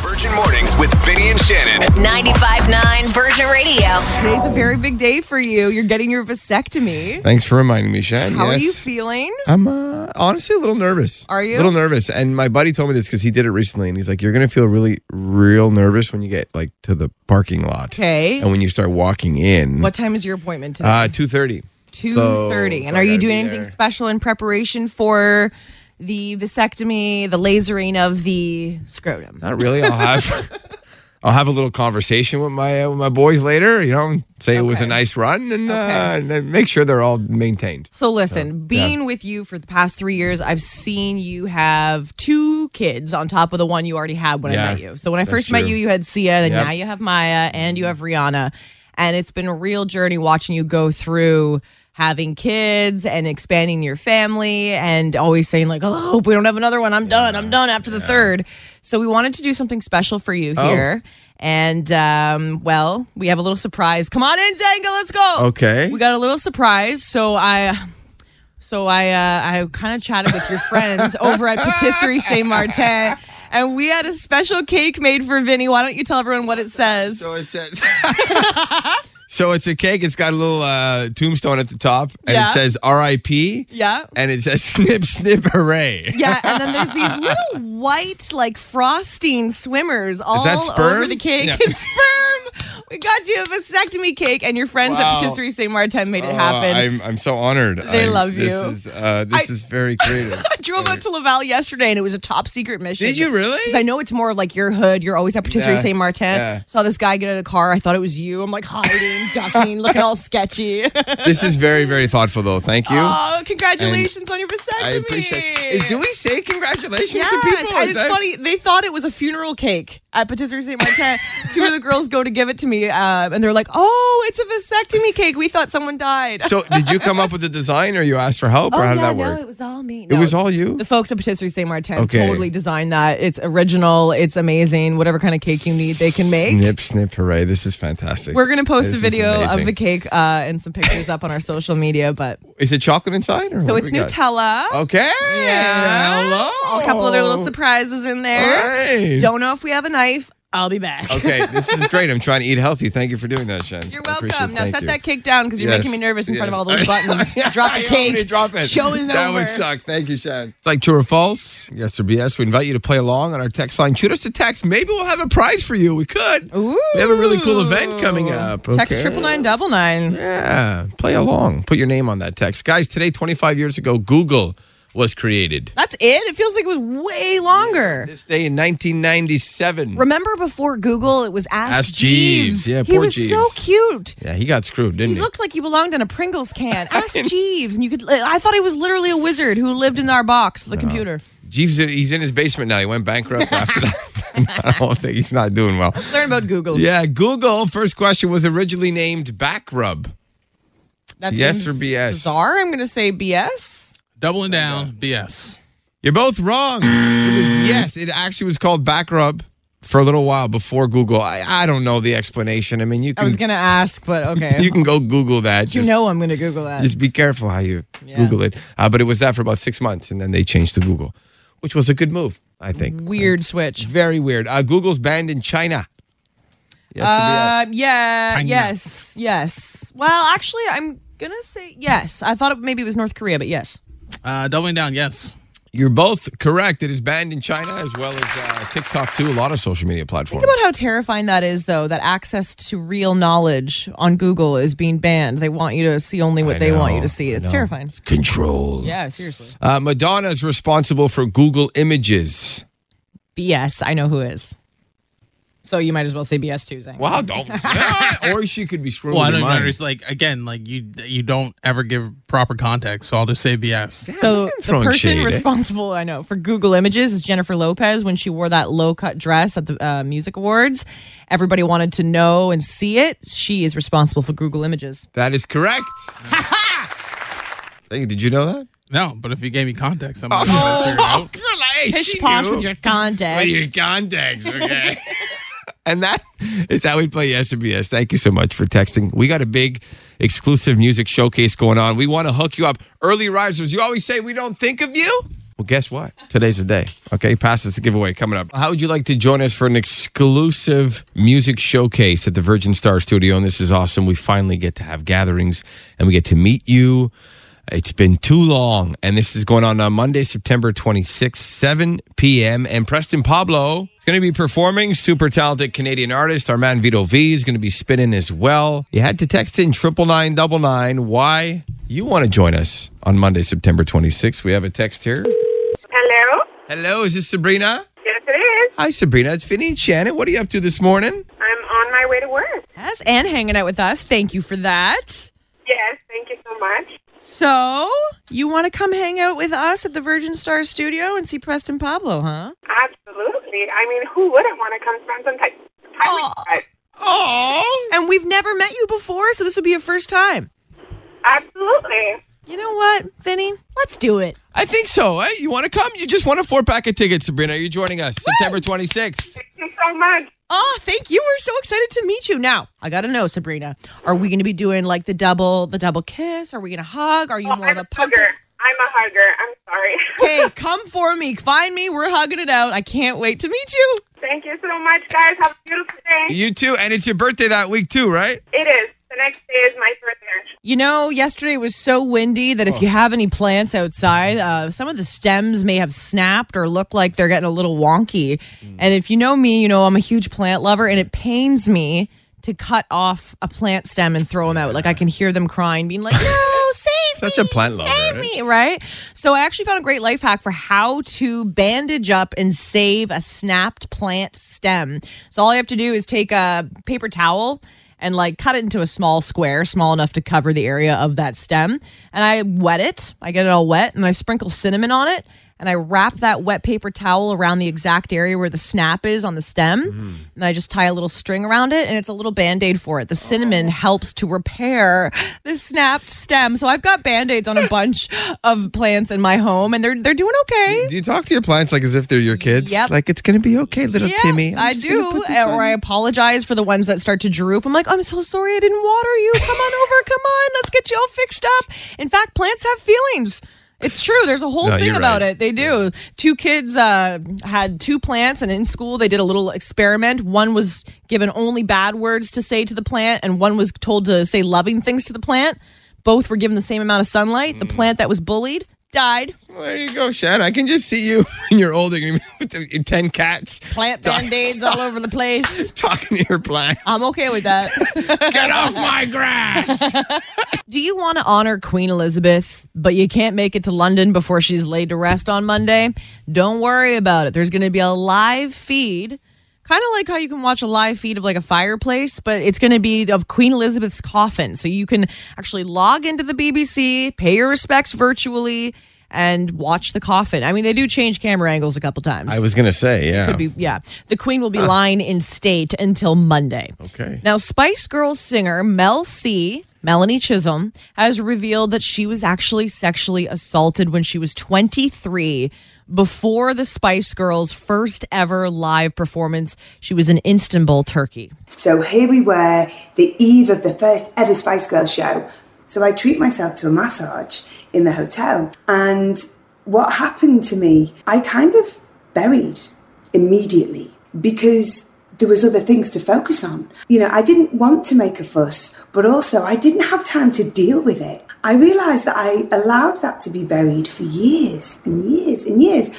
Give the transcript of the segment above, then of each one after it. Virgin Mornings with Vinny and Shannon. 95.9 Virgin Radio. Today's a very big day for you. You're getting your vasectomy. Thanks for reminding me, Shan. How yes. are you feeling? I'm uh, honestly a little nervous. Are you? A little nervous. And my buddy told me this because he did it recently. And he's like, you're going to feel really, real nervous when you get like to the parking lot. Okay. And when you start walking in. What time is your appointment today? Uh, 2.30. Two thirty. and are you doing anything special in preparation for the vasectomy, the lasering of the scrotum? Not really. I'll have... I'll have a little conversation with my uh, with my boys later. You know, say it was a Okay. nice run, and, uh, Okay. and then make sure they're all maintained. So listen, being with you for the past three years, I've seen you have two kids on top of the one you already had when I Yeah, met you. So when I that's first met true. you, you had Sia, and Yep. now you have Maya, and you have Rihanna, and it's been a real journey watching you go through having kids and expanding your family and always saying like oh I hope we don't have another one i'm done i'm done after the third so we wanted to do something special for you Oh. here and um, well we have a little surprise come on in zanga let's go Okay. we got a little surprise. So I, so I, uh, I kind of chatted with your friends over at Patisserie Saint Martin, and we had a special cake made for Vinny. Why don't you tell everyone what it says? So it says. so it's a cake. It's got a little uh, tombstone at the top, and Yeah. it says R.I.P. Yeah. And it says snip snip hooray. Yeah, and then there's these little white like frosting swimmers all that over sperm? the cake. Yeah. It's sperm. We got you a vasectomy cake, and your friends Wow. at Patisserie Saint Martin made it Oh, happen. I'm I'm so honored. They I- love you. This is uh, this I- is very creative. I drove out to Laval yesterday and it was a top secret mission. Did you really? 'Cause I know it's more of like your hood. You're always at Patisserie Yeah, Saint Martin. yeah. Saw this guy get out of the car. I thought it was you. I'm like hiding, ducking, looking all sketchy. this is very very thougful though. Thank you. oh, congratulations on your vasectomy. I appreciate. It. Do we say congratulations Yes, to people? and Is it's that- funny. They thought it was a funeral cake at Patisserie Saint Martin. Two of the girls go to give it to me, um, and they're like, "Oh, it's a vasectomy cake. We thought someone died." So did you come up with the design, or you asked for help, oh or how yeah, did that no, work? it was all me. It No, was all you. The folks at Patisserie Saint Martin Okay. totally designed that. It's original. It's amazing. Whatever kind of cake you need, they can make. Snip snip hooray! This is fantastic. We're gonna post This a is video of amazing. the cake uh, and some pictures up on our social media. But Is it chocolate inside? Or so what it's do we got? Nutella. Okay. Yeah. Hello. A couple other little surprises in there. Oh. Alright. Don't know if we have a knife. I'll be back. Okay, this is great. I'm trying to eat healthy. Thank you for doing that, Shen. You're I appreciate welcome. it. Now Thank set you. that cake down because you're Yes. making me nervous in front of Yeah. all those buttons. drop the You want me to cake. Drop it. Show is that over. would suck. Thank you, Shan. It's like true or false. Yes or BS. We invite you to play along on our text line. Shoot us a text. Maybe we'll have a prize for you. We could. Ooh. We have a really cool event coming up. Text Okay. triple nine double nine. Yeah. Play along. Put your name on that text. Guys, today, 25 years ago, Google was created. That's it. It feels like it was way longer. This day in 1997. Remember before Google, it was Ask, Ask Jeeves. Yeah, he poor was Jeeves. so cute. yeah, he got screwed, didn't He he? looked like he belonged in a Pringles can. Ask Jeeves, and you could. I thought he was literally a wizard who lived in our box, the computer. Jeeves, he's in his basement now. He went bankrupt after that. I don't think he's not doing well. Learn about Google. Yeah, Google, first question was originally named Backrub. That Yes seems or BS? Bizarre. I'm going to say BS. Doubling down, BS. You're both wrong. It was, yes, it actually was called Backrub for a little while before Google. I, I don't know the explanation. I mean, you I can, was going to ask, but okay. you can go Google that. You Just, know I'm going to Google that. just be careful how you Yeah. Google it. Uh, but it was that for about six months, and then they changed to Google, which was a good move, I think. Weird switch. Very weird. Uh, Google's banned in China. Yes, or Um, yeah. China. Yes. Yes. Well, actually, I'm going to say yes. I thought it, maybe it was North Korea, but yes. Uh, doubling down, yes. You're both correct. It is banned in China as well as uh, TikTok too. A lot of social media platforms. Think about how terrifying that is, though. That access to real knowledge on Google is being banned. They want you to see only what I they want you know, to see. I It's know. terrifying. Control. Yeah, seriously. Uh, Madonna is responsible for Google Images. BS. I know who is. So you might as well say BS too, Zane. Wow, don't. or she could be screwing Well, I your don't even mind. understand. Like again, like you, you don't ever give proper context, so I'll just say BS. So the throwing person shade, eh? responsible, I know, for Google Images is Jennifer Lopez. When she wore that low cut dress at the uh, music awards, everybody wanted to know and see it. She is responsible for Google Images. That is correct. Thank you. Did you know that? No, but if you gave me context, I'm like, oh, Pish posh with your context. context, okay? and that is how we play Yes to BS. Thank you so much for texting. We got a big exclusive music showcase going on. We want to hook you up. Early risers, you always say we don't think of you. Well, guess what? Today's the day. Okay, passes the giveaway coming up. How would you like to join us for an exclusive music showcase at the Virgin Star Studio? And this is awesome. We finally get to have gatherings and we get to meet you. It's been too long. And this is going on on Monday, September 26th, 7 p.m. And Preston Pablo is going to be performing. Super talented Canadian artist. Our man Vito V is going to be spinning as well. You had to text in triple nine double nine why you want to join us on Monday, September 26th. We have a text here. Hello? Hello, is this Sabrina? Yes, it is. Hi, Sabrina. It's Vinny and Shannon. What are you up to this morning? I'm on my way to work. Yes, and hanging out with us. Thank you for that. Yes, thank you so much. So, you want to come hang out with us at the Virgin Star Studio and see Preston Pablo, huh? Absolutely. I mean, who wouldn't want to come spend some time? time with Aw. us? Oh, And we've never met you before, so this would be your first time. Absolutely. You know what, Vinny? Let's do it. I think so. Eh? You want to come? You just won a four pack of tickets, Sabrina. You're joining us September 26th. Thank you so much. Oh, thank you. We're so excited to meet you. Now, I gotta know, Sabrina. Are we gonna be doing like the double, the double kiss? Are we gonna hug? Are you Oh, more of I'm a a pumpkin? hugger. I'm a hugger. I'm sorry. Okay, come for me. Find me. We're hugging it out. I can't wait to meet you. thank you so much, guys. Have a beautiful day. You too. And it's your birthday that week, too, right? It is. The next day is my birthday. You know, yesterday was so windy that Oh. if you have any plants outside, uh, some of the stems may have snapped or look like they're getting a little wonky. Hmm. And if you know me, you know I'm a huge plant lover, and it pains me to cut off a plant stem and throw them out. Like I can hear them crying, being like, "No, save Such me, a plant lover, save right? me!" Right? So I actually found a great life hack for how to bandage up and save a snapped plant stem. So all you have to do is take a paper towel and like cut it into a small square, small enough to cover the area of that stem. And I wet it. I get it all wet and I sprinkle cinnamon on it. And I wrap that wet paper towel around the exact area where the snap is on the stem. And I just tie a little string around it and it's a little band aid for it. The cinnamon helps to repair the snapped stem. So I've got band aids on a bunch of plants in my home and they're, they're doing okay. Do you talk to your plants like as if they're your kids? Yep. Like, it's going to be okay, little Yeah, Timmy. I'm I just gonna do. put this on Or I apologize for the ones that start to droop. I'm like, I'm so sorry I didn't water you. Come on over. Come on. Let's get you all fixed up. In fact, plants have feelings. It's true. There's a whole No, thing you're about right. it. They do. Two kids uh, had two plants, and in school they did a little experiment. One was given only bad words to say to the plant, and one was told to say loving things to the plant. Both were given the same amount of sunlight. The Mm. plant that was bullied died. Well, there you go, Shannon. I can just see you when you're older. You're going to be with ten cats Plant Died. band aids all over the place. talking to your plant. I'm okay with that. Get off my grass. Do you want to honor Queen Elizabeth, but you can't make it to London before she's laid to rest on Monday? Don't worry about it. There's going to be a live feed, kind of like how you can watch a live feed of like a fireplace, but it's going to be of Queen Elizabeth's coffin. So you can actually log into the BBC, pay your respects virtually, and watch the coffin. I mean, they do change camera angles a couple times. I was going to say, yeah. Could be, yeah. The Queen will be lying in state until Monday. Okay. Now, Spice Girls singer Mel C. Melanie Chisholm has revealed that she was actually sexually assaulted when she was 23 before the Spice Girls' first ever live performance. She was in Istanbul, Turkey. So here we were, the eve of the first ever Spice Girl show. So I treat myself to a massage in the hotel. And what happened to me, I kind of buried immediately because there was other things to focus on. You know, I didn't want to make a fuss, but also I didn't have time to deal with it. I realized that I allowed that to be buried for years and years and years.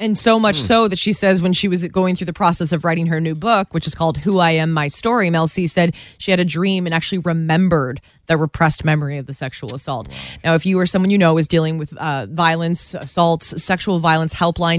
And so much so that she says when she was going through the process of writing her new book, which is called Who I Am My Story, Mel C said she had a dream and actually remembered the repressed memory of the sexual assault. Now, if you or someone you know is dealing with uh, violence, assaults, sexual violence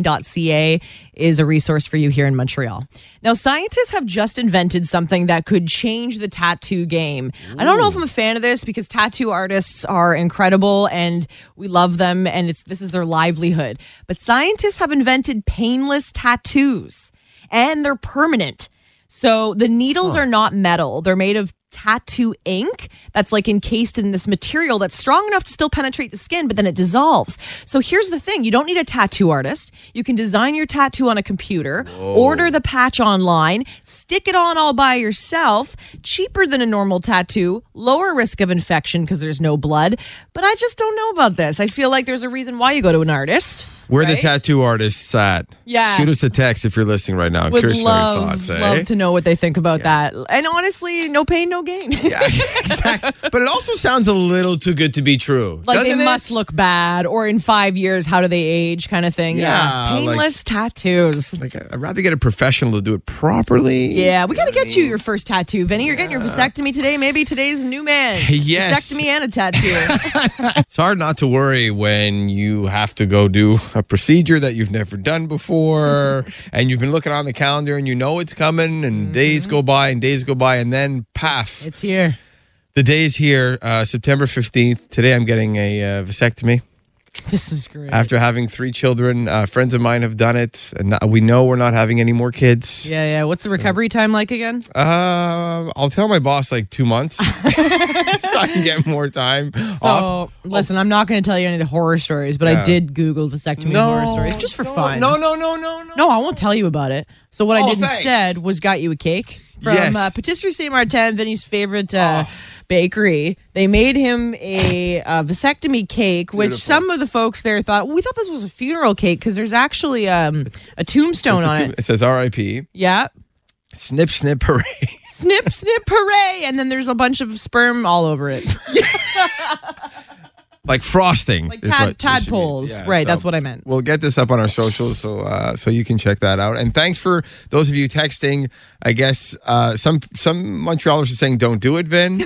helpline.ca is a resource for you here in Montreal. Now, scientists have just invented something that could change the tattoo game. I don't know if I'm a fan of this because tattoo artists are incredible and we love them and it's this is their livelihood. But scientists have invented painless tattoos and they're permanent. So the needles are not metal. They're made of tattoo ink that's like encased in this material that's strong enough to still penetrate the skin, but then it dissolves. So here's the thing you don't need a tattoo artist. You can design your tattoo on a computer, order the patch online, stick it on all by yourself, cheaper than a normal tattoo, lower risk of infection because there's no blood. But I just don't know about this. I feel like there's a reason why you go to an artist. Where the Right? tattoo artists at? Yeah. Shoot us a text if you're listening right now. I'm Would curious to know your love, thoughts, eh? love to know what they think about that. And honestly, no pain, no gain. Yeah, exactly. But it also sounds a little too good to be true. like doesn't they it? must look bad, or in five years, how do they age, kind of thing. Yeah, like- painless tattoos. Like I'd rather get a professional to do it properly. Yeah, we gotta get you your first tattoo, Vinny. You're getting your vasectomy today. Maybe today's a new man. Yes. Vasectomy and a tattoo. It's hard not to worry when you have to go do a procedure that you've never done before and you've been looking on the calendar and you know it's coming and days go by and days go by and then paf. Mm-hmm. it's here. the day is here, uh, September 15th. Today I'm getting a uh, vasectomy. This is great. After having three children, uh, friends of mine have done it and we know we're not having any more kids. yeah, yeah. What's the recovery time like again? Uh, I'll tell my boss like two months so I can get more time off. Oh, listen, I'm not going to tell you any of the horror stories, but I Yeah. did Google vasectomy horror stories just for no, fun. No, no, no, no, no. No, I won't tell you about it. So what I Oh, did thanks. instead was got you a cake from Yes. Oh. uh, Patisserie Saint Martin, Vinny's favorite uh, bakery. They made him a uh, vasectomy cake, which some of the folks there thought we thought this was a funeral cake because there's actually um, a tombstone It's a on two- it. It says RIP. Yeah. Snip, snip, hooray. Snip, snip, hooray! And then there's a bunch of sperm all over it, like frosting. like is tad- what it should mean. tadpoles. Yeah, right, so that's what I meant. We'll get this up on our socials so uh, so you can check that out. And thanks for those of you texting. I guess uh, some some Montrealers are saying don't do it, Vin.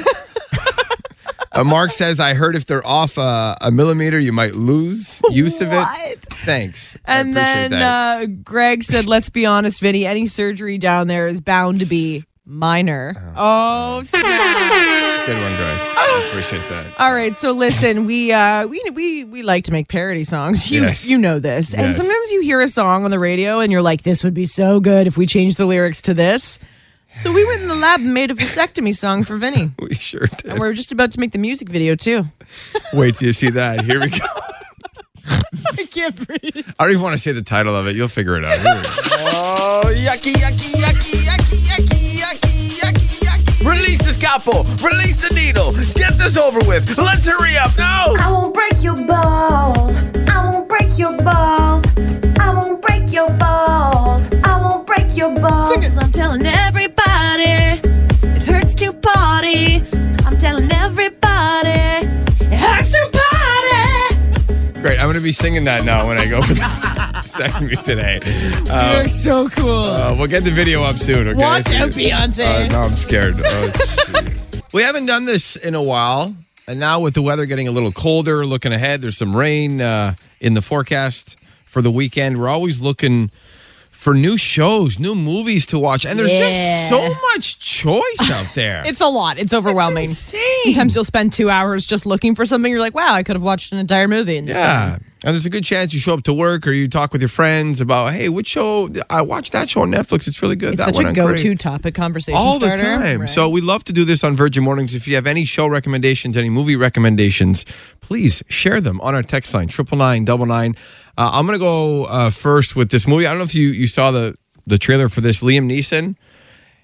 Uh, Mark says, "I heard if they're off uh, a millimeter, you might lose use of it." What? Thanks. I And appreciate then that. uh, Greg said, "Let's be honest, Vinny. Any surgery down there is bound to be minor." Oh, snap. good one, Greg. I appreciate that. all right. So listen, we uh, we we we like to make parody songs. You Yes. you know this. And Yes. sometimes you hear a song on the radio, and you're like, "This would be so good if we changed the lyrics to this." So we went in the lab and made a vasectomy song for Vinny. We sure did. And we are just about to make the music video too. Wait till you see that. Here we go. I can't breathe. I don't even want to say the title of it. You'll figure it out. Here we go. Oh, yucky, yucky, yucky, yucky, yucky, yucky, yucky, yucky. Release the scalpel. Release the needle. Get this over with. Let's hurry up now. I won't break your balls. I won't break your balls. I won't break your balls. I won't break your balls. I'm telling everybody it hurts to party. I'm telling everybody it hurts to party. Great. I'm going to be singing that now when I go for the second week today. Uh, You're so cool. uh, we'll get the video up soon. Okay? Watch So- out, Beyonce. Uh, no, I'm scared. Oh, jeez. we haven't done this in a while. And now with the weather getting a little colder, looking ahead, there's some rain uh, in the forecast for the weekend. We're always looking for new shows, new movies to watch. And there's Yeah. just so much choice out there. It's a lot. It's overwhelming. Sometimes you'll spend two hours just looking for something. You're like, wow, I could have watched an entire movie in this time. Yeah. And there's a good chance you show up to work or you talk with your friends about, hey, which show? I watched that show on Netflix. It's really good. It's that such one a on go to Crave." topic conversation all starter. the time. Right. So we love to do this on Virgin Mornings. If you have any show recommendations, any movie recommendations, please share them on our text line triple nine double nine. Uh, I'm gonna go uh, first with this movie. I don't know if you you saw the the trailer for this. Liam Neeson.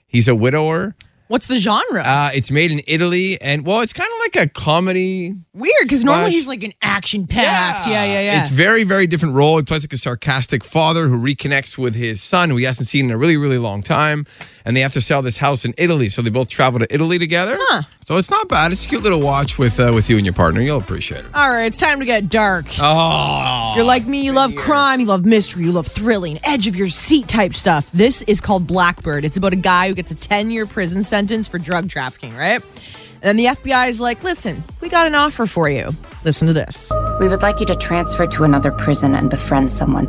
He's a widower. what's the genre? Uh, it's made in Italy, and well, it's kind of like a comedy Weird, because normally slash- he's like an action packed. Yeah, yeah, yeah. It's very, very different role. He plays like a sarcastic father who reconnects with his son, who he hasn't seen in a really, really long time. And they have to sell this house in Italy, so they both travel to Italy together. So it's not bad. It's a cute little watch with uh, with you and your partner. You'll appreciate it. all right, it's time to get dark. Oh, You're like me, you love crime, you love mystery, you love thrilling, edge of your seat type stuff. This is called Blackbird. It's about a guy who gets a 10 year prison sentence for drug trafficking, right? And then the FBI is like, listen, we got an offer for you. Listen to this. We would like you to transfer to another prison and befriend someone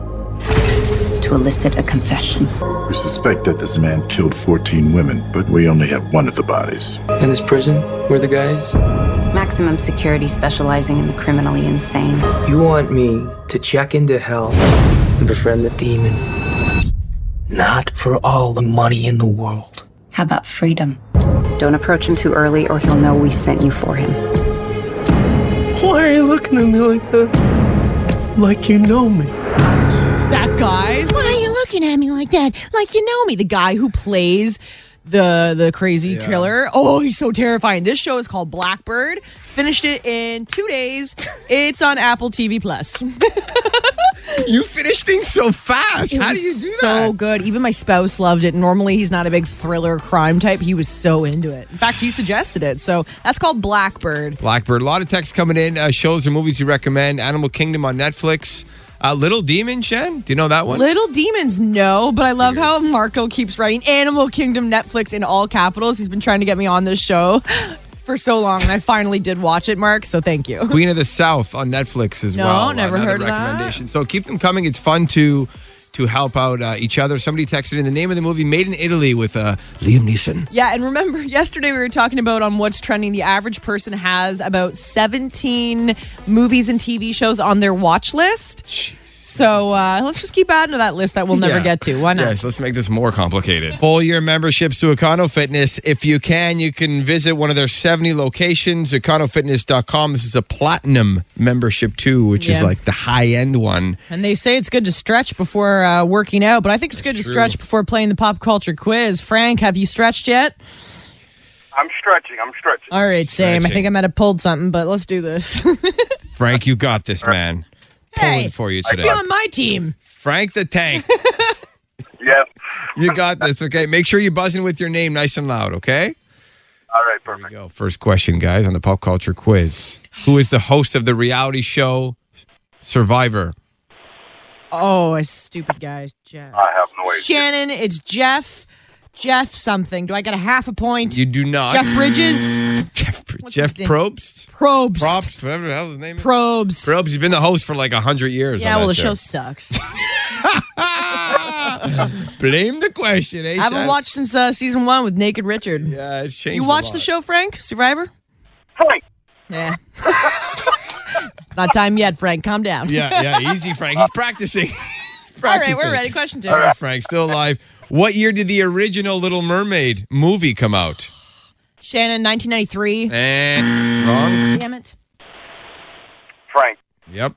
to elicit a confession. We suspect that this man killed 14 women, but we only have one of the bodies. In this prison where the guy is? Maximum security specializing in the criminally insane. You want me to check into hell and befriend the demon. Not for all the money in the world. How about freedom? Don't approach him too early or he'll know we sent you for him. Why are you looking at me like that? Like you know me. That guy? Why are you looking at me like that? Like you know me, the guy who plays the the crazy killer. Oh, he's so terrifying. This show is called Blackbird. Finished it in 2 days. It's on Apple TV Plus. You finish things so fast. It How was do you do that? So good. Even my spouse loved it. Normally, he's not a big thriller crime type. He was so into it. In fact, he suggested it. So that's called Blackbird. Blackbird. A lot of texts coming in. Uh, shows or movies you recommend. Animal Kingdom on Netflix. Uh, Little Demon, Jen. Do you know that one? Little Demons, no, but I love how Marco keeps writing Animal Kingdom Netflix in all capitals. He's been trying to get me on this show for so long, and I finally did watch it, Mark. So thank you. Queen of the South on Netflix as No, well. never Another heard of that. recommendation. So keep them coming. It's fun to to help out uh, each other. Somebody texted in the name of the movie Made in Italy with uh, Liam Neeson. Yeah, and remember yesterday we were talking about on what's trending. The average person has about 17 movies and TV shows on their watch list. So uh, let's just keep adding to that list that we'll never Yeah. get to. Why not? Yes, let's make this more complicated. Pull your memberships to Econo Fitness. If you can, you can visit one of their 70 locations, econofitness.com. This is a platinum membership, too, which is Yeah. like the high end one. And they say it's good to stretch before uh, working out, but I think it's good to True. stretch before playing the pop culture quiz. Frank, have you stretched yet? I'm stretching. I'm stretching. All right, same. I Stretching. think I might have pulled something, but let's do this. Frank, you got this, man. Pulling for you Be today. on my team. Frank the Tank. yep. You got this, okay? Make sure you buzz in with your name nice and loud, okay? All right, perfect. go. First question, guys, on the pop culture quiz Who is the host of the reality show Survivor? Oh, a stupid guy, Jeff. I have no Shannon, it's Jeff. Jeff something. Do I get a half a point? You do not. Jeff Bridges. Jeff, What's Jeff his name? Probst. Probst. Probst, whatever the hell his name is. Probst. Probst, you've been the host for like 100 years. Yeah, on well, the that show sucks. Blame the question, eh? I haven't Shannon? watched since uh, season one with Naked Richard. Yeah, it's changed You a watched the lot. show, Frank? Survivor? Frank. Yeah. It's Not time yet, Frank. Calm down. Yeah, yeah, easy, Frank. He's practicing. All right, Practicing. we're ready. Question two. All right, Frank, still alive. What year did the original Little Mermaid movie come out? Shannon, 1993. And wrong. Damn it. Frank, Yep.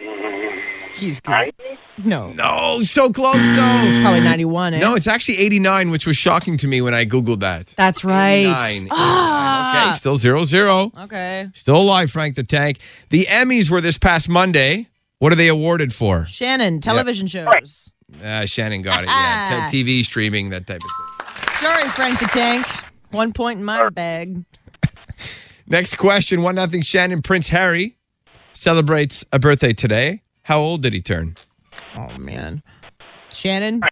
19. He's good. No. No, so close though. Probably 91, eh? Mm. No, it's actually 89, which was shocking to me when I Googled that. That's right. 89. Ah. Okay, still zero zero. Okay. Still alive, Frank the Tank. The Emmys were this past Monday. What are they awarded for? Shannon, television shows. Uh, Shannon got it. Yeah, T- TV streaming, that type of thing. Sorry, Frank the Tank. One point in my bag. Next question: One nothing. Shannon Prince Harry celebrates a birthday today. How old did he turn? Oh man, Shannon.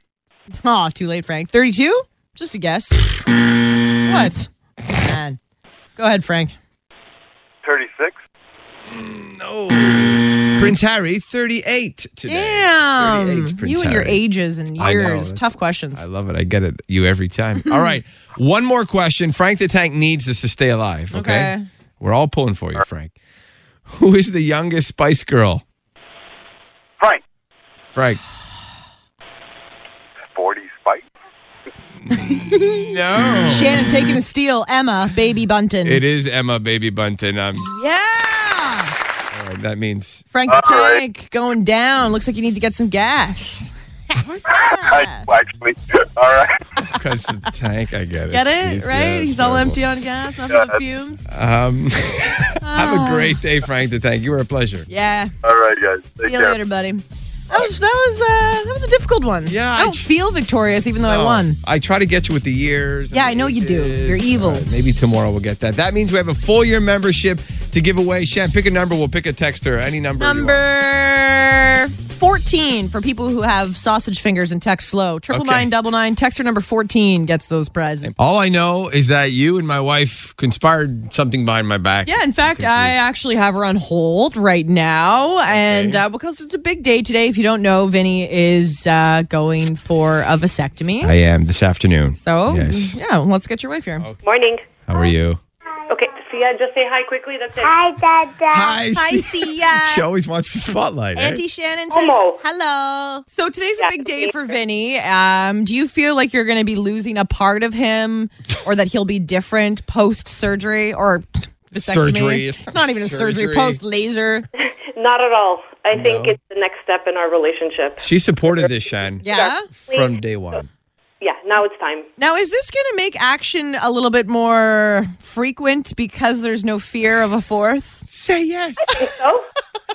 Oh, too late, Frank. 32? Just a guess. what? Man. Go ahead, Frank. 36. No. Prince Harry, thirty-eight today. Damn. 38 Prince You and your Harry. ages and I know, years. that's- Tough questions. I love it. I get it. You every time. All right. One more question. Frank the Tank needs this to stay alive. Okay. Okay. We're all pulling for you, Frank. Who is the youngest Spice Girl? Frank. Frank. 40 Spike. No. Shannon taking a steal. Emma, baby Bunton. It is Emma Baby Bunton. Um, Yeah. all right, that means Frank the Tank going down. Looks like you need to get some gas. I, actually, all right. because the tank. I get it. Get it? Jeez, right? yeah, He's it's all terrible. empty on gas, nothing but fumes. Um, have Ah. a great day, Frank the Tank. You were a pleasure. Yeah. All right, guys. See you later, buddy. That was that was uh, that was a difficult one. Yeah, I don't feel victorious even though I Oh, won. I try to get you with the years. Yeah, I know you do. You're evil. All right, maybe tomorrow we'll get that. That means we have a full year membership to give away. Shan, pick a number. We'll pick a texter, any number. you want. Number fourteen for people who have sausage fingers and text slow. Triple nine double nine. Texter number fourteen gets those prizes. All I know is that you and my wife conspired something behind my back. Yeah, in fact, I actually have her on hold right now, and uh, because it's a big day today. If you don't know, Vinny is uh, going for a vasectomy. I am this afternoon. so yes. Oh. yeah, let's get your wife here. Morning. How are you? Okay, Sia, just say hi quickly. That's it. Hi, Dad. Hi, Hi, Sia. She always wants the spotlight. eh? Auntie Shannon says hello. So today's a big day for Vinny. Um, do you feel like you're going to be losing a part of him, or that he'll be different post surgery or vasectomy? Surgery. It's, not even a surgery. Surgery. Post laser. Not at all. I think it's the next step in our relationship. She supported this, Shan. Yeah? From day one. Yeah, now it's time. Now, is this going to make action a little bit more frequent because there's no fear of a fourth? Say yes.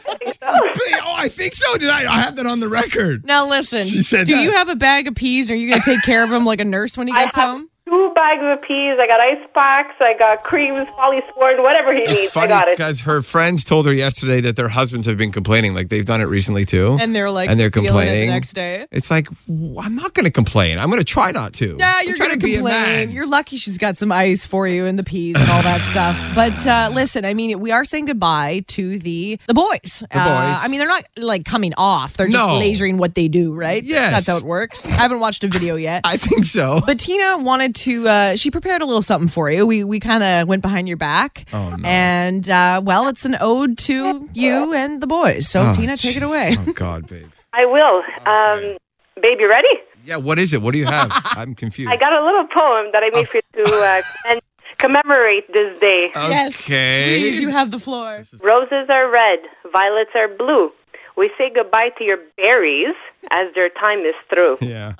oh, I think so. Did I? I have that on the record. Now, listen. She said do that. you have a bag of peas? Are you going to take care of him like a nurse when he I gets have home? two bags of peas. I got ice packs. I got creams, polysporin, whatever he It's needs. I funny got it. because her friends told her yesterday that their husbands have been complaining, like they've done it recently too, And they're like, and they're feeling it complaining the next day. It's like w- I'm not going to complain. I'm going to try not to. Yeah, you're trying going to to be a complain. man. You're lucky she's got some ice for you and the peas and all that stuff. But uh, listen, I mean, we are saying goodbye to the the boys. The Uh, boys. I mean, they're not like coming off. They're just No. lasering what they do, right? Yes. that's how it works. I haven't watched a video yet. I think so. But Tina wanted to. Uh, she prepared a little something for you. We we kind of went behind your back. Oh, no. And uh, well, it's an ode to you and the boys. So Oh, Tina, take it away. Oh God, babe. I will. Um, babe, you ready? Yeah, what is it? What do you have? I'm confused. I got a little poem that I Oh. made for you to uh, and commemorate this day. Uh. Okay. Please, you have the floor. Roses are red, violets are blue. We say goodbye to your berries as their time is through. Yeah.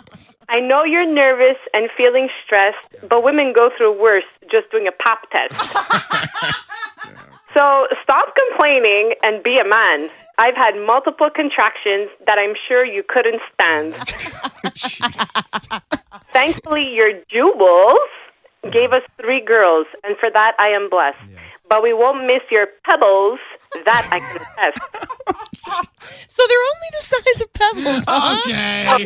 I know you're nervous and feeling stressed, but women go through worse just doing a pap test. so stop complaining and be a man. I've had multiple contractions that I'm sure you couldn't stand. Thankfully, your jewels gave us three girls, and for that I am blessed. But we won't miss your pebbles. That I confess. So they're only the size of pebbles. huh? Oh, Okay.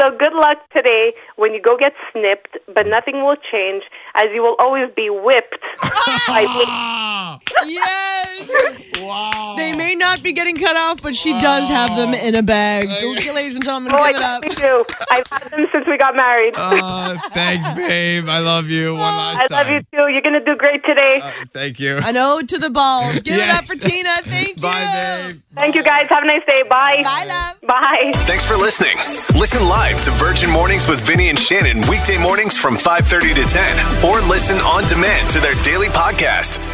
So good luck today when you go get snipped, but nothing will change as you will always be whipped. Oh, by yes. Wow. Oh. They may not be getting cut off, but she does have them in a bag. Oh, So, ladies and gentlemen, Oh, I give it up. Oh, definitely do. I've had them since we got married. Uh, thanks, babe. I love you. One I last love time. you too. You're gonna do great today. Uh, Thank you. An ode to the balls. Give it up for Tina. Thank you. Bye, babe. Thank you guys. Have a nice day. Bye. Bye, love. Bye. Thanks for listening. Listen live to Virgin Mornings with Vinny and Shannon weekday mornings from 5:30 to 10 or listen on demand to their daily podcast.